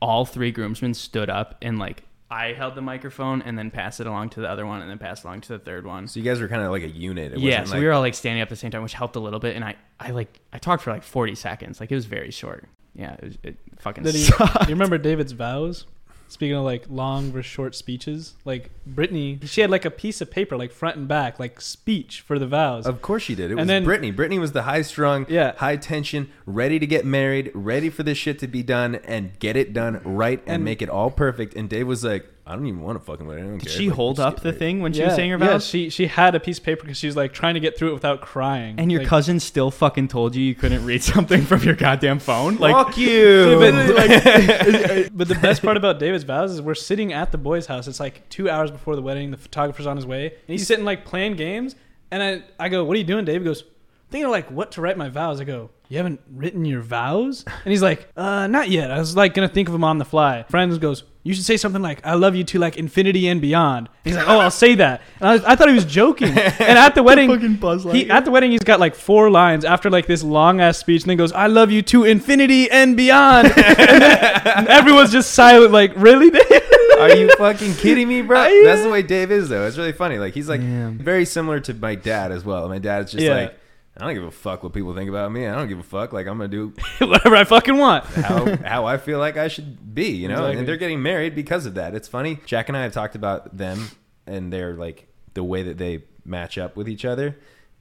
all three groomsmen stood up and like I held the microphone and then passed it along to the other one and then passed it along to the third one. so you guys were kind of like a unit. It yeah, wasn't so like, we were all like standing up at the same time, which helped a little bit. And I, I like I talked for like forty seconds, like it was very short. Yeah, it, was, it fucking Did he, sucked. you remember David's vows? Speaking of like long versus short speeches, like Brittany, she had like a piece of paper, like front and back, like speech for the vows. Of course she did. It And was then- Brittany. Brittany was the high strung, Yeah. high tension, ready to get married, ready for this shit to be done and get it done right and, And- make it all perfect. And Dave was like, I don't even want to fucking win. I don't Did care. she Like, hold just up get the married. thing when she yeah, was saying her yeah, vows? she she had a piece of paper because she was like trying to get through it without crying. and your like, cousin still fucking told you you couldn't read something from your goddamn phone. Like Fuck you. But, like, but the best part about David's vows is we're sitting at the boy's house. It's like two hours before the wedding. The photographer's on his way, and he's sitting like playing games. And I, I go, "What are you doing?" David goes, "Thinking like what to write my vows." I go, "You haven't written your vows?" And he's like, "Uh, not yet. I was like gonna think of them on the fly." Friends goes, "You should say something like I love you to like infinity and beyond." And he's like, "Oh, I'll say that." And I, was, I thought he was joking. And at the wedding, fucking Buzz he, Lightyear. at the wedding, he's got like four lines after like this long ass speech, and then goes, "I love you to infinity and beyond." and then everyone's just silent, like, "Really?" Are you fucking kidding me, bro? I- That's the way Dave is, though. It's really funny. Like he's like Yeah. very similar to my dad as well. My dad's just Yeah. like, I don't give a fuck what people think about me. I don't give a fuck. Like I'm gonna do Whatever I fucking want. how, how I feel like I should be, you know? Exactly. And they're getting married because of that. It's funny. Jack and I have talked about them and their like the way that they match up with each other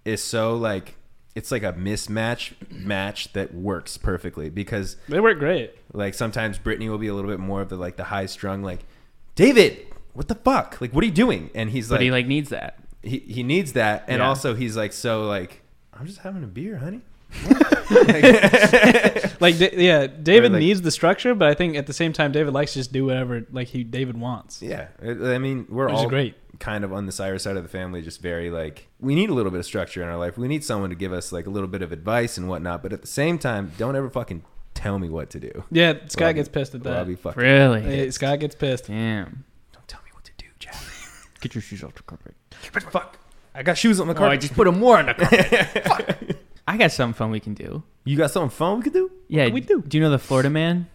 is so like it's like a mismatch match that works perfectly because They work great. like sometimes Brittany will be a little bit more of the like the high strung like David, what the fuck? Like what are you doing? And he's but like he like needs that. he, he needs that and Yeah. also he's like so like I'm just having a beer, honey. Like, Da- yeah, David Or, like- needs the structure, but I think at the same time, David likes to just do whatever like he David wants. Yeah, I I mean, we're Which is all great. kind of on the Cyrus side of the family, just very like we need a little bit of structure in our life. We need someone to give us like a little bit of advice and whatnot. But at the same time, don't ever fucking tell me what to do. Yeah, Scott Well, gets pissed at Well, I'll that. be fucking. Really? Hey, Scott gets pissed. Damn. Don't tell me what to do, Jack. Get your shoes off the carpet. Fuck. I got shoes on the car. Oh, just put them more on the carpet. I got something fun we can do. you got something fun we could do? Yeah, we do. Do you know the Florida Man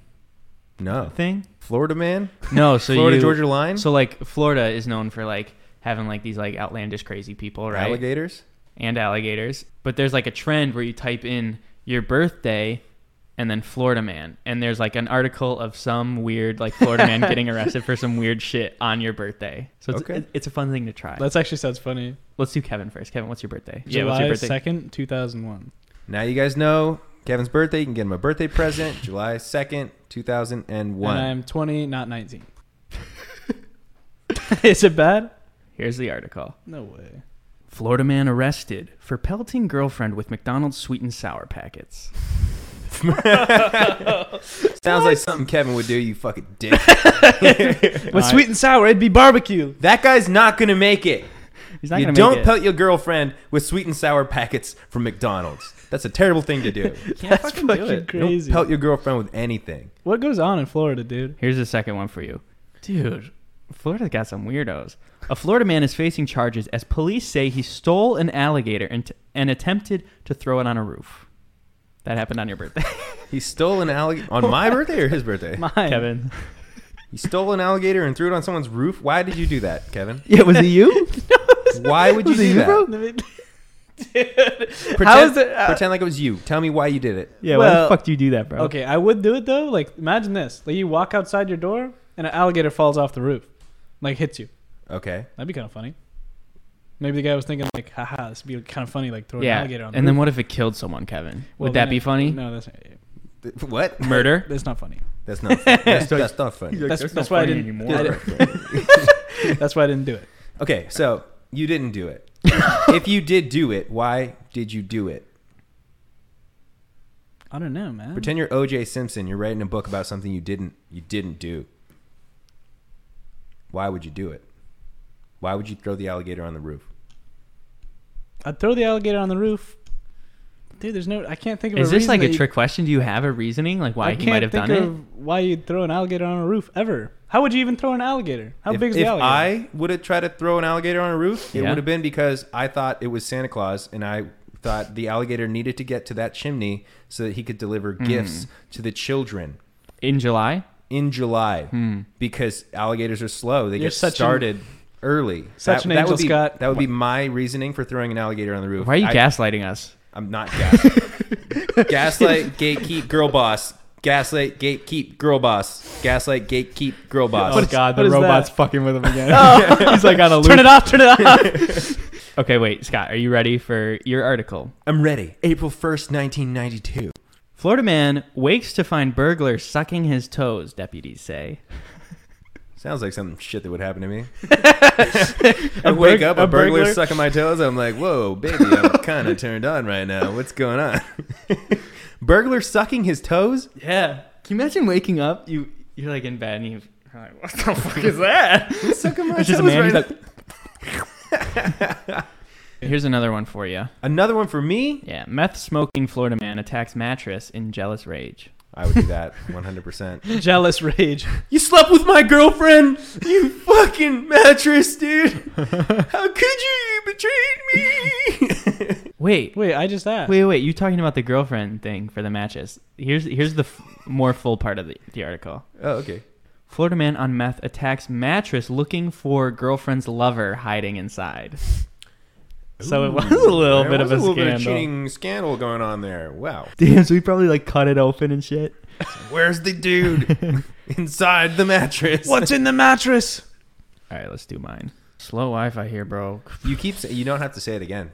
No, thing? Florida man, No, so Florida you, Georgia line, So like Florida is known for like having like these like outlandish crazy people, right? alligators. And alligators. But there's like a trend where you type in your birthday and then Florida man. And there's like an article of some weird like Florida man getting arrested for some weird shit on your birthday. So it's, Okay. it- it's a fun thing to try. Let's, That actually sounds funny. do Kevin first. Kevin, what's your birthday? what's July second, two thousand one. Now you guys know Kevin's birthday. You can get him a birthday present, July second, two thousand and And one. I'm twenty, not nineteen. Is it bad? Here's the article. No way. Florida man arrested for pelting girlfriend with McDonald's sweet and sour packets. Sounds like something Kevin would do, you fucking dick. With sweet and sour, it'd be barbecue. that guy's not gonna make it. He's not you gonna don't make it. pelt your girlfriend with sweet and sour packets from McDonald's. That's a terrible thing to do. Can't fucking do it. crazy. Pelt your girlfriend with anything. What goes on in Florida, dude? Here's the second one for you. Dude, Florida got some weirdos. A Florida man is facing charges as police say he stole an alligator and, and attempted to throw it on a roof. That happened on your birthday, He stole an alligator on my birthday or his birthday. Mine. Kevin. He stole an alligator and threw it on someone's roof. Why did you do that, Kevin? Yeah, was it you? Why would you Was it do you, that? bro? Dude, Pretend, how is it? uh, pretend like it was you. Tell me why you did it. Yeah, why the Well, fuck do you do that, bro? okay, I would do it though. Like, imagine this: like you walk outside your door and an alligator falls off the roof, like hits you. Okay. That'd be kind of funny. Maybe the guy was thinking like, haha, this would be kind of funny, like throw an Yeah. alligator on. The and then roof. what if it killed someone, Kevin? Well, Would that then be it- funny? No, that's Th- What? Murder? that's not funny. That's not. Funny. That's, that's not funny. That's, that's, why I didn't. I didn't- that's why I didn't do it. Okay, so you didn't do it. if you did do it, why did you do it? I don't know, man. Pretend you're O.J. Simpson. You're writing a book about something you didn't you didn't do. Why would you do it? Why would you throw the alligator on the roof? I'd throw the alligator on the roof. Dude, there's no. I can't think of. Is a this reason like that a you- trick question? Do you have a reasoning, like why I he can't might have think done of why you'd throw an alligator on a roof ever. How would you even throw an alligator? How if big is if the alligator? I would have tried to throw an alligator on a roof, it Yeah. would have been because I thought it was Santa Claus and I thought the alligator needed to get to that chimney so that he could deliver Hmm. gifts to the children it in July? in July because alligators are slow. They Hmm. You're get such an- started early. such an that would angel, be, Scott. That would be my reasoning for throwing an alligator on the roof. Why are you I- gaslighting us? I'm not gaslight. gaslight, gatekeep, girl boss. Gaslight, gatekeep, girl boss. Gaslight, gatekeep, Oh, girl boss. What is- Oh, God, what the is robot's that? fucking with him again. He's like on a loop. Turn it off. Turn it off. Okay, wait, Scott, are you ready for your article? I'm ready. April 1st, 1992. Florida man wakes to find burglar sucking his toes, deputies say. Sounds like some shit that would happen to me. I wake up, a, a burglar's burglar? sucking my toes. I'm like, whoa, baby, I'm kind of turned on right now. What's going on? burglar sucking his toes? Yeah. Can you imagine waking up? You you're like in bed and you are like, what the fuck is that? Sucking my It's toes just a man right who's now. like- Here's another one for you. Another one for me? Yeah, meth smoking Florida man attacks mattress in jealous rage. I would do that 100%. Jealous rage. you slept with my girlfriend, you fucking mattress, dude. How could you? You betrayed me. Wait, Wait, I just asked. wait, wait! You talking about the girlfriend thing for the mattress? Here's here's the f- more full part of the, the article. oh, okay. Florida man on meth attacks mattress looking for girlfriend's lover hiding inside. So it was a little There bit of was a, little bit of scandal. cheating scandal going on there. Wow. Damn, so we probably like cut it open and shit. Where's the dude inside the mattress? What's in the mattress? All right, let's do mine. Slow Wi-Fi here, bro. You keep saying you don't have to say it again.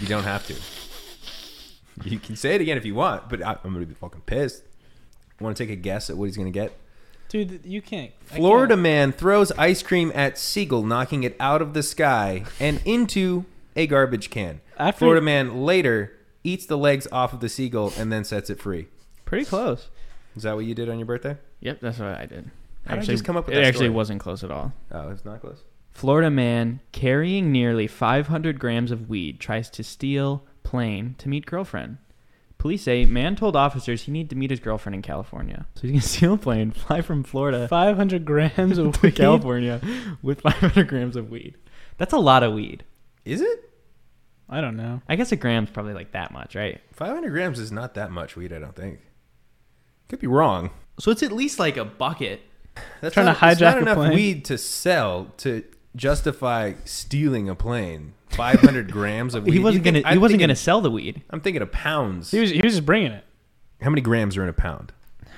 You don't have to. You can say it again if you want, but I, I'm gonna be fucking pissed. Want to take a guess at what he's gonna get? Dude, you can't. I Florida can't. man throws ice cream at seagull, knocking it out of the sky and into a garbage can. After- Florida man later eats the legs off of the seagull and then sets it free. Pretty close. Is that what you did on your birthday? Yep, that's what I did. How did I just come up with it that actually story? wasn't close at all. Oh, it's not close. Florida man carrying nearly 500 grams of weed tries to steal plane to meet girlfriend. Police say man told officers he need to meet his girlfriend in California. So he's gonna steal a plane, fly from Florida 500 grams to of weed. California with 500 grams of weed. That's a lot of weed. Is it? I don't know. I guess a gram's probably like that much, right? 500 grams is not that much weed, I don't think. Could be wrong. So it's at least like a bucket. That's Trying not, to it's not hijack a enough plane. weed to sell to justify stealing a plane. 500 grams of weed. He You wasn't think- gonna. I'm He wasn't thinking- gonna sell the weed. I'm thinking of pounds. He was he was just bringing it. How many grams are in a pound?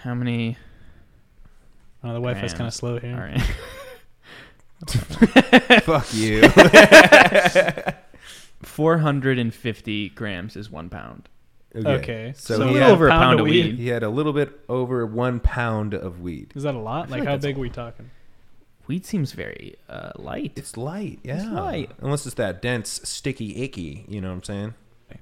How many? Oh, the Wi-Fi's Grams. kind of slow here. All right. Fuck you. 450 grams is one pound. Okay. So, So a he, little had, over a pound of weed. he had a little bit over one pound of weed. Is that a lot? Like, like how that's big are we talking? Weed seems very uh, light. It's light, yeah. light. Unless it's that dense, sticky, icky. You know what I'm saying?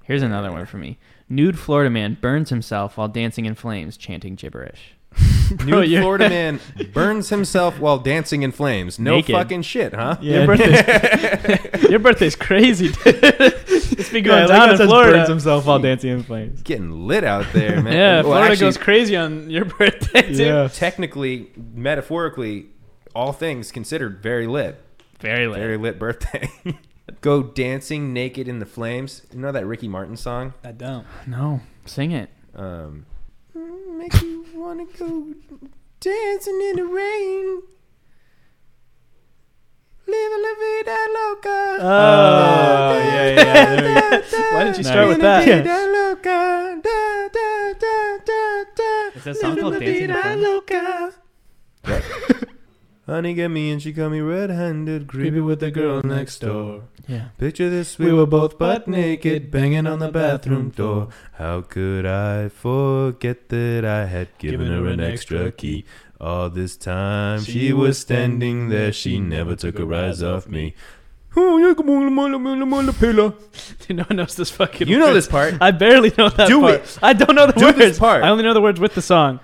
Here's another one for me. Nude Florida man burns himself while dancing in flames, chanting gibberish. Oh, Nude Florida man burns himself while dancing in flames. No Naked. fucking shit, huh? Your birthday's, your birthday's crazy, dude. It's been going down in burns Florida. himself while dancing in flames. Getting lit out there, man. Yeah, Well, Florida actually, goes crazy on your birthday, dude. Yeah. Technically, metaphorically, all things considered, very lit. Very lit. Very lit birthday. Go dancing naked in the flames. You know that Ricky Martin song? I don't. No, sing it. Um, make you wanna go dancing in the rain. Live la vida loca. Oh, yeah, yeah, yeah. There we go. Why didn't you start with that? loca. Da, da, da, da, da. Is that song called Dancing in the Flames? loca. Honey, get me and she caught me red-handed, creepy with the girl next door. Yeah. Picture this, we were both butt naked, banging on the bathroom door. How could I forget that I had given her an extra key? All this time she was standing there, she never took her eyes off me. Oh, yeah, come on, come on, come on, come on, the pillow. Dude, no one knows this fucking. You know words. this part. I barely know that Do part. it. I don't know the Do words. this part. I only know the words with the song.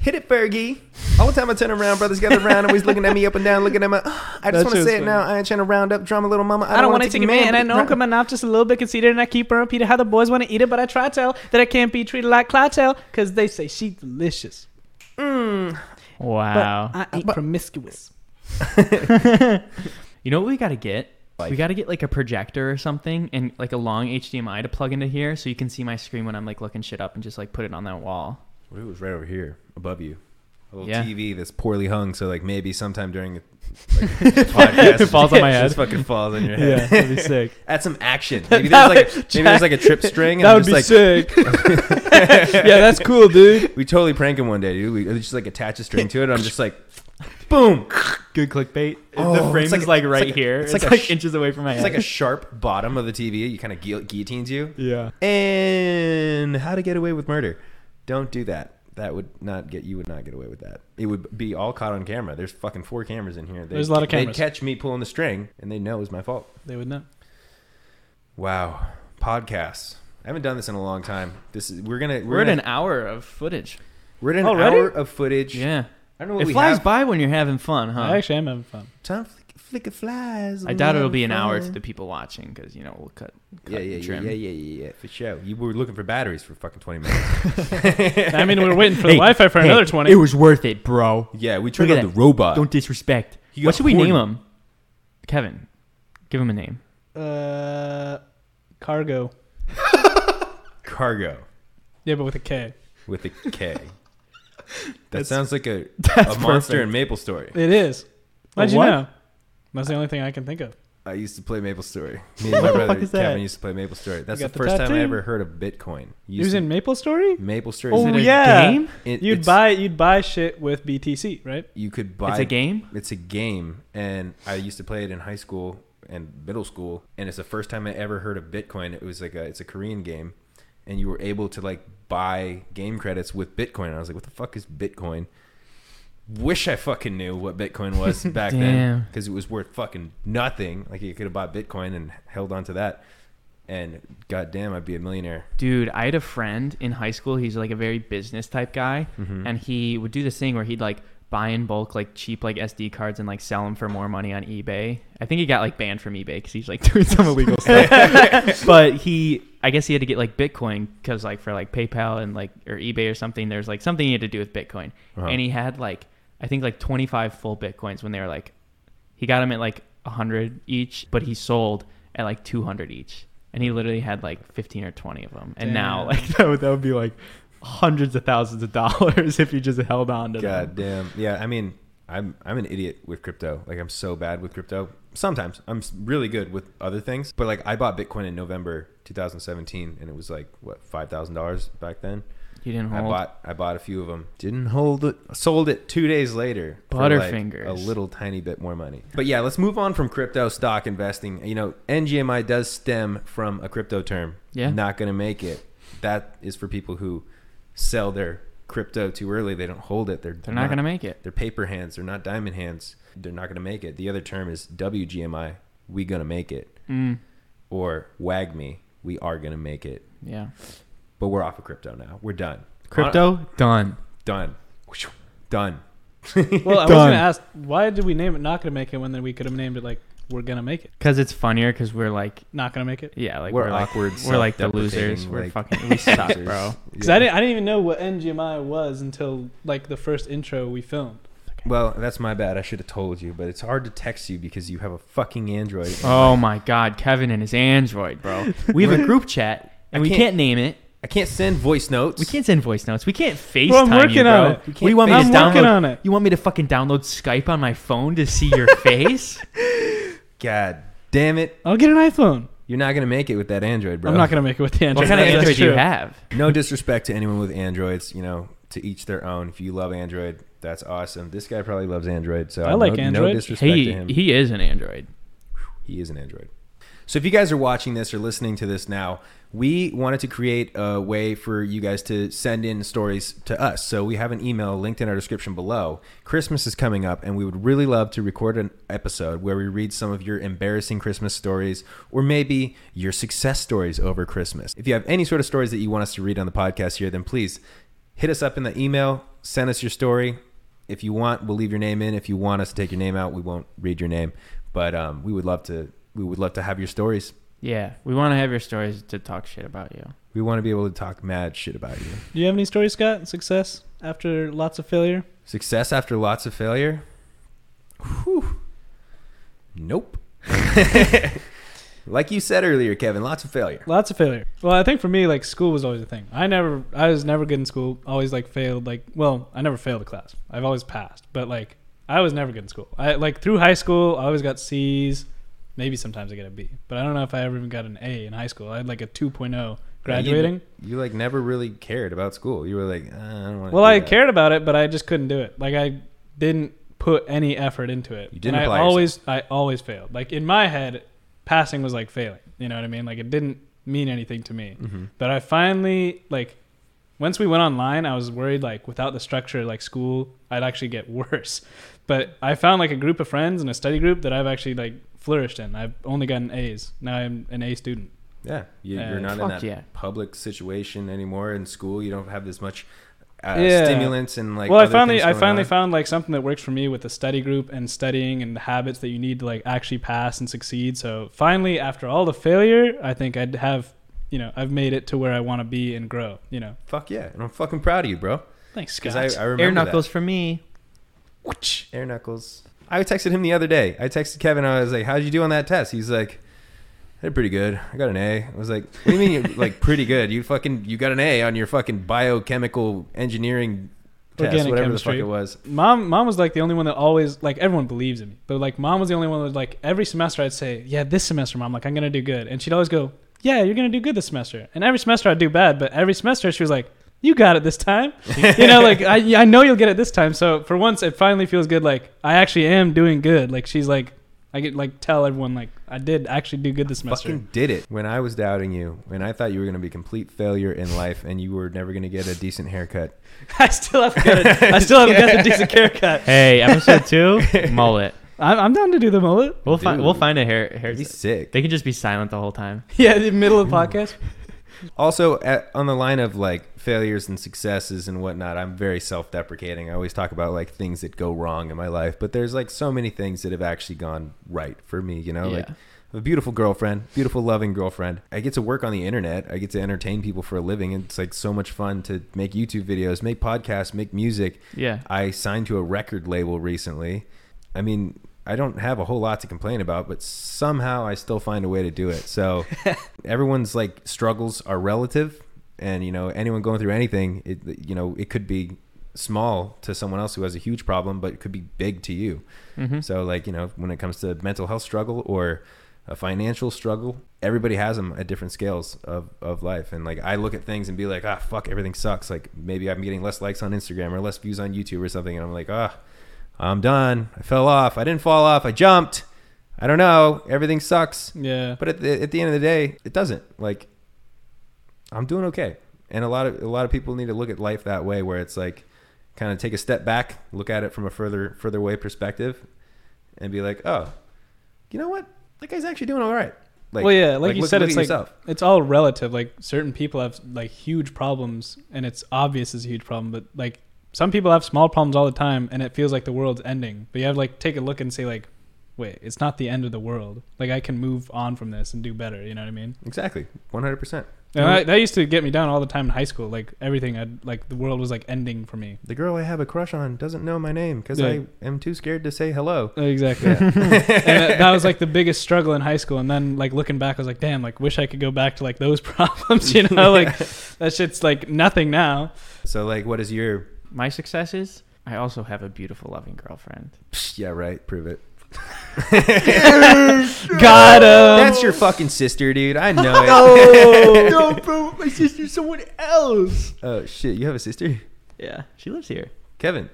Hit it, Fergie. All the time I turn around, brothers gather around, always looking at me up and down, looking at my. I just That want to shit's say it funny. now. I ain't trying to round up, drama, little mama. I, I don't want wanna to take a man, and I know I'm round- coming off just a little bit conceited, and I keep on repeating how the boys want to eat it, but I try to tell that I can't be treated like Clytel because they say she's delicious. But Wow. Uh, I ain't promiscuous. you know what we got to get? We got to get like a projector or something and like a long HDMI to plug into here so you can see my screen when I'm like looking shit up and just like put it on that wall. What if it was right over here, above you? A little Yeah. TV that's poorly hung, so like maybe sometime during the like, podcast, It falls on my Just head. fucking falls on your head. Yeah, that'd be sick. Add some action. Maybe there's like a, maybe there's like a trip string. And That I'm would just be like, sick. yeah, that's cool, dude. We totally prank him one day, dude. We just like attach a string to it. And I'm just like, boom. Good clickbait. Oh, the frame it's like- is like it's right like a- here. it's It's, like like, a sh- inches away from my It's head. like a sharp bottom of the TV. You kind of guil- guillotines you. yeah. And how to get away with murder? Don't do that. That would not get you would not get away with that. It would be all caught on camera. There's fucking four cameras in here. They, There's a lot of they'd cameras. catch me pulling the string, and they know it was my fault. They would know. Wow, podcasts. I haven't done this in a long time. This is we're gonna We're we're, at gonna, an hour of footage. Oh, we're at an Already? hour of footage. Yeah. I don't know what It we flies have. by when you're having fun, huh? I actually am having fun. Time flick, flick it flies. I doubt it'll be an hour to the people watching because, you know, we'll cut. cut Yeah, yeah, and yeah, trim. yeah, yeah, yeah, yeah, for sure. You were looking for batteries for fucking twenty minutes. I mean, we were waiting for the Wi-Fi for another twenty. It was worth it, bro. Uh, yeah, we turned Look on at the that. robot. Don't disrespect. He What got should we horny. name him? Kevin, give him a name. uh, cargo. Cargo. Yeah, but with a K. with a K. That sounds like a, a monster in Maple Story. It is. How'd you what? know? That's the only thing I can think of. I used to play Maple Story. Me and my brother fuck is Kevin that? used to play Maple Story. That's the, got the first time I tattoo? ever heard of Bitcoin. You It was in Maple Story. Maple Story. Oh Is it a- yeah, game? It- you'd it's- buy you'd buy shit with BTC, right? You could buy. It's a game? It's a game, and I used to play it in high school and middle school. And it's the first time I ever heard of Bitcoin. It was like a, it's a Korean game, and you were able to like buy game credits with Bitcoin. And I was like, what the fuck is Bitcoin? Wish I fucking knew what Bitcoin was back then Damn. because it was worth fucking nothing. Like you could have bought Bitcoin and held on to that, and goddamn, I'd be a millionaire. Dude, I had a friend in high school. He's like a very business type guy, and he would do this thing where he'd like buy in bulk like cheap like SD cards and like sell them for more money on eBay. I think he got like banned from eBay because he's like doing some illegal stuff. but he, I guess he had to get like Bitcoin because like for like PayPal and like or eBay or something, there's like something he had to do with Bitcoin, and he had like I think like 25 full Bitcoins when they were like he got them at like 100 each, but he sold at like 200 each. And he literally had like 15 or 20 of them. And now, like, that would, that would be like hundreds of thousands of dollars if you just held on to God them. damn. Yeah, I mean, I'm I'm an idiot with crypto. Like I'm so bad with crypto. Sometimes I'm s- really good with other things, but like I bought Bitcoin in November 2017, and it was like what five thousand dollars back then. you didn't I hold. bought I bought a few of them. Didn't hold it. Sold it two days later. for, like, Butterfingers. a little tiny bit more money. But yeah, let's move on from crypto stock investing. You know, NGMI does stem from a crypto term. Yeah. Not gonna make it. That is for people who sell their crypto too early, they don't hold it. They're They're not gonna make it. They're paper hands. They're not diamond hands. They're not gonna make it. The other term is WGMI. We gonna make it. Mm. Or wag me. E. We are gonna make it. Yeah. But we're off of crypto now. We're done. Crypto done. Done. Done. Well, I was Done. gonna ask why did we name it not gonna make it when then we could have named it like we're gonna make it Because it's funnier because we're like, not gonna make it yeah, like We're like- awkward, we're like the losers. self-deprecating, We're like- fucking, we suck, bro. because I didn't I didn't even know what NGMI was until like the first intro we filmed. Well, that's my bad. I should have told you, but it's hard to text you because you have a fucking Android. Oh my God, Kevin and his Android, bro. We have a group chat and I we can't- can't, name it. I can't send voice notes. We can't send voice notes. We can't FaceTime Bro, I'm you, working bro. on it. What do you want me I'm to download? working on it. You want me to fucking download Skype on my phone to see your face? God damn it! I'll get an iPhone. You're not gonna make it with that Android, bro. I'm not gonna make it with the Android. what kind of That's Android do you true. have? No disrespect to anyone with Androids. You know, to each their own. If you love Android, that's awesome. This guy probably loves Android, so I like no, No Android. disrespect to He him. he is an Android. He is an Android. So if you guys are watching this or listening to this now, we wanted to create a way for you guys to send in stories to us. So we have an email linked in our description below. Christmas is coming up, and we would really love to record an episode where we read some of your embarrassing Christmas stories or maybe your success stories over Christmas. If you have any sort of stories that you want us to read on the podcast here, then please hit us up in the email, send us your story. If you want, we'll leave your name in. If you want us to take your name out, we won't read your name. But um, we would love to. We would love to have your stories. Yeah, we want to have your stories to talk shit about you. We want to be able to talk mad shit about you. Do you have any stories, Scott? Success after lots of failure. Success after lots of failure. Whew. Nope. like you said earlier, Kevin, lots of failure. Lots of failure. Well, I think for me, like school was always a thing. I never, I was never good in school. Always like failed. Like, well, I never failed a class. I've always passed. But like, I was never good in school. I like through high school, I always got C's. Maybe sometimes I get a B, but I don't know if I ever even got an A in high school. I had like a 2.0 graduating. You, you, like never really cared about school. You were like, "Uh, I don't want. well, I cared about it, but I just couldn't do it. Like, I didn't put any effort into it. You didn't And apply I yourself. always, I always failed. Like in my head, passing was like failing. You know what I mean? Like it didn't mean anything to me. Mm-hmm. But I finally like once we went online, I was worried like without the structure like school, I'd actually get worse. But I found like a group of friends and a study group that I've actually like flourished in. I've only gotten A's. Now I'm an A student. Yeah, you, Uh, you're not in fuck that yeah. public situation anymore. In school, you don't have this much uh, Yeah. stimulants and like. well, I other finally, things I going finally on. found like something that works for me with the study group and studying and the habits that you need to like actually pass and succeed. So finally, after all the failure, I think I'd have, you know, I've made it to where I want to be and grow. You know, Fuck yeah, and I'm fucking proud of you, bro. thanks, Because Scott. I, I remember Air that. knuckles for me. Air knuckles. I texted him the other day. I texted Kevin. I was like, "How'd you do on that test?" He's like, "I did pretty good. I got an A." I was like, "What do you mean, you- like pretty good? You fucking you got an A on your fucking biochemical engineering test, Organic whatever chemistry. the fuck it was." mom, mom was like the only one that always like everyone believes in me, but like mom was the only one that like every semester I'd say, yeah, this semester, mom, like I'm gonna do good, and she'd always go, yeah, you're gonna do good this semester, and every semester I'd do bad, but every semester she was like. You got it this time, you know. Like I, I know you'll get it this time. So for once, it finally feels good. Like I actually am doing good. Like she's like, I get like tell everyone like I did actually do good this semester. Fucking did it when I was doubting you, when I thought you were going to be a complete failure in life and you were never going to get a decent haircut. I still haven't got a, I still haven't got the decent haircut. Hey, episode two, mullet. I'm, I'm down to do the mullet. We'll find we'll Dude. find a hair hair. He's sick. They can just be silent the whole time. Yeah, the middle of the podcast. Also, at, on the line of like failures and successes and whatnot, I'm very self deprecating. I always talk about like things that go wrong in my life, but there's like so many things that have actually gone right for me, you know? Like, Yeah. I have a beautiful girlfriend, beautiful, loving girlfriend. I get to work on the internet, I get to entertain people for a living. and It's like so much fun to make YouTube videos, make podcasts, make music. Yeah. I signed to a record label recently. I mean, I don't have a whole lot to complain about, but somehow I still find a way to do it. So everyone's like struggles are relative, and you know anyone going through anything, it you know it could be small to someone else who has a huge problem, but it could be big to you. So like you know when it comes to mental health struggle or a financial struggle, everybody has them at different scales of, of life. And like I look at things and be like, ah, fuck, everything sucks. Like maybe I'm getting less likes on Instagram or less views on YouTube or something, and I'm like, ah, I'm done. I fell off. I didn't fall off. I jumped. I don't know. Everything sucks. Yeah. But at the, at the end of the day, it doesn't. Like, I'm doing okay. And a lot of a lot of people need to look at life that way, where it's like kind of take a step back, look at it from a further further away perspective, and be like, oh, you know what? That guy's actually doing all right. Like, well, yeah, like, you look- said, look it's at like it's all relative. Like certain people have like huge problems, and it's obvious it's a huge problem. But like some people have small problems all the time, and it feels like the world's ending. But you have to, like take a look and say like, wait, it's not the end of the world. Like I can move on from this and do better. You know what I mean? exactly one hundred percent. And I, that used to get me down all the time in high school. Like everything, I'd, like the world was like ending for me. The girl I have a crush on doesn't know my name because Yeah. I am too scared to say hello. Exactly. and that, that was like the biggest struggle in high school. And then like looking back, I was like, damn, like wish I could go back to like those problems. You know, like that shit's like nothing now. So like, what is your My success is I also have a beautiful, loving girlfriend. Psh, yeah right? Prove it. Got Oh. him. That's your fucking sister, dude. I know it. no, bro, my sister's someone else. Oh shit, you have a sister, Yeah, she lives here. Kevin.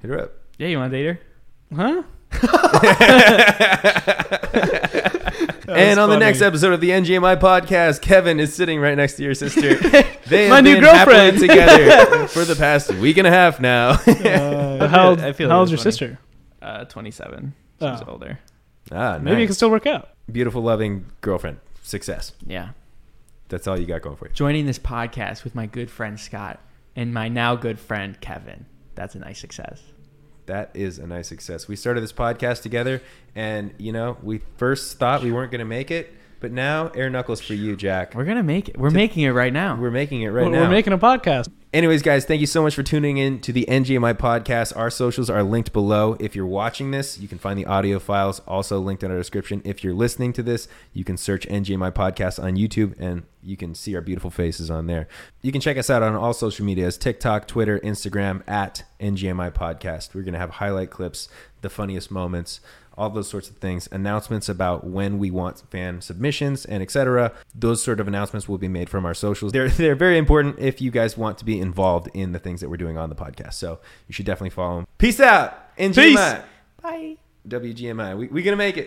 Hit her up. Yeah, you want to date her? Huh? and on the funny. next episode of the NGMI podcast, Kevin is sitting right next to your sister. They My have new been happily girlfriend. together for the past week and a half now. But how old, I feel how it old's your is funny. sister? Uh, 27. She's Oh. older. ah, Maybe it nice. can still work out. beautiful, loving girlfriend. Success. Yeah. That's all you got going for you. Joining this podcast with my good friend Scott and my now good friend Kevin. That's a nice success. That is a nice success. We started this podcast together, and you know, we first thought we weren't going to make it, but now air knuckles for you, Jack. We're going to make it. We're making it right now. We're making it right we're, now. we're making a podcast. Anyways, guys, thank you so much for tuning in to the NGMI podcast. Our socials are linked below. If you're watching this, you can find the audio files also linked in our description. If you're listening to this, you can search NGMI podcast on YouTube and you can see our beautiful faces on there. You can check us out on all social medias TikTok, Twitter, Instagram at NGMI podcast. We're going to have highlight clips, the funniest moments, all those sorts of things announcements about when we want fan submissions and etc those sort of announcements will be made from our socials they're, they're very important if you guys want to be involved in the things that we're doing on the podcast so you should definitely follow them peace out NGMI. Peace. bye wgmi we, we gonna make it